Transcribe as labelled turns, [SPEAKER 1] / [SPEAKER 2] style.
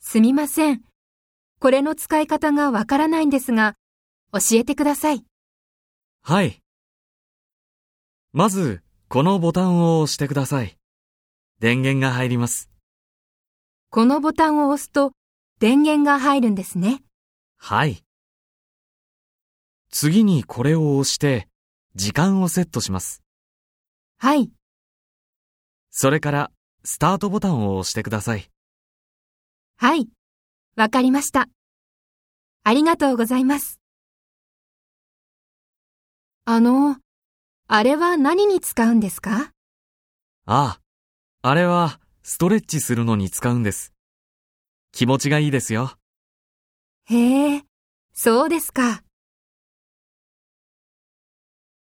[SPEAKER 1] すみません。これの使い方がわからないんですが、教えてください。
[SPEAKER 2] はい。まず、このボタンを押してください。電源が入ります。
[SPEAKER 1] このボタンを押すと電源が入るんですね。
[SPEAKER 2] はい。次にこれを押して、時間をセットします。
[SPEAKER 1] はい。
[SPEAKER 2] それから、スタートボタンを押してください。
[SPEAKER 1] はい。わかりました。ありがとうございます。あの、あれは何に使うんですか
[SPEAKER 2] ああ、あれは、ストレッチするのに使うんです。気持ちがいいですよ。
[SPEAKER 1] へえ、そうですか。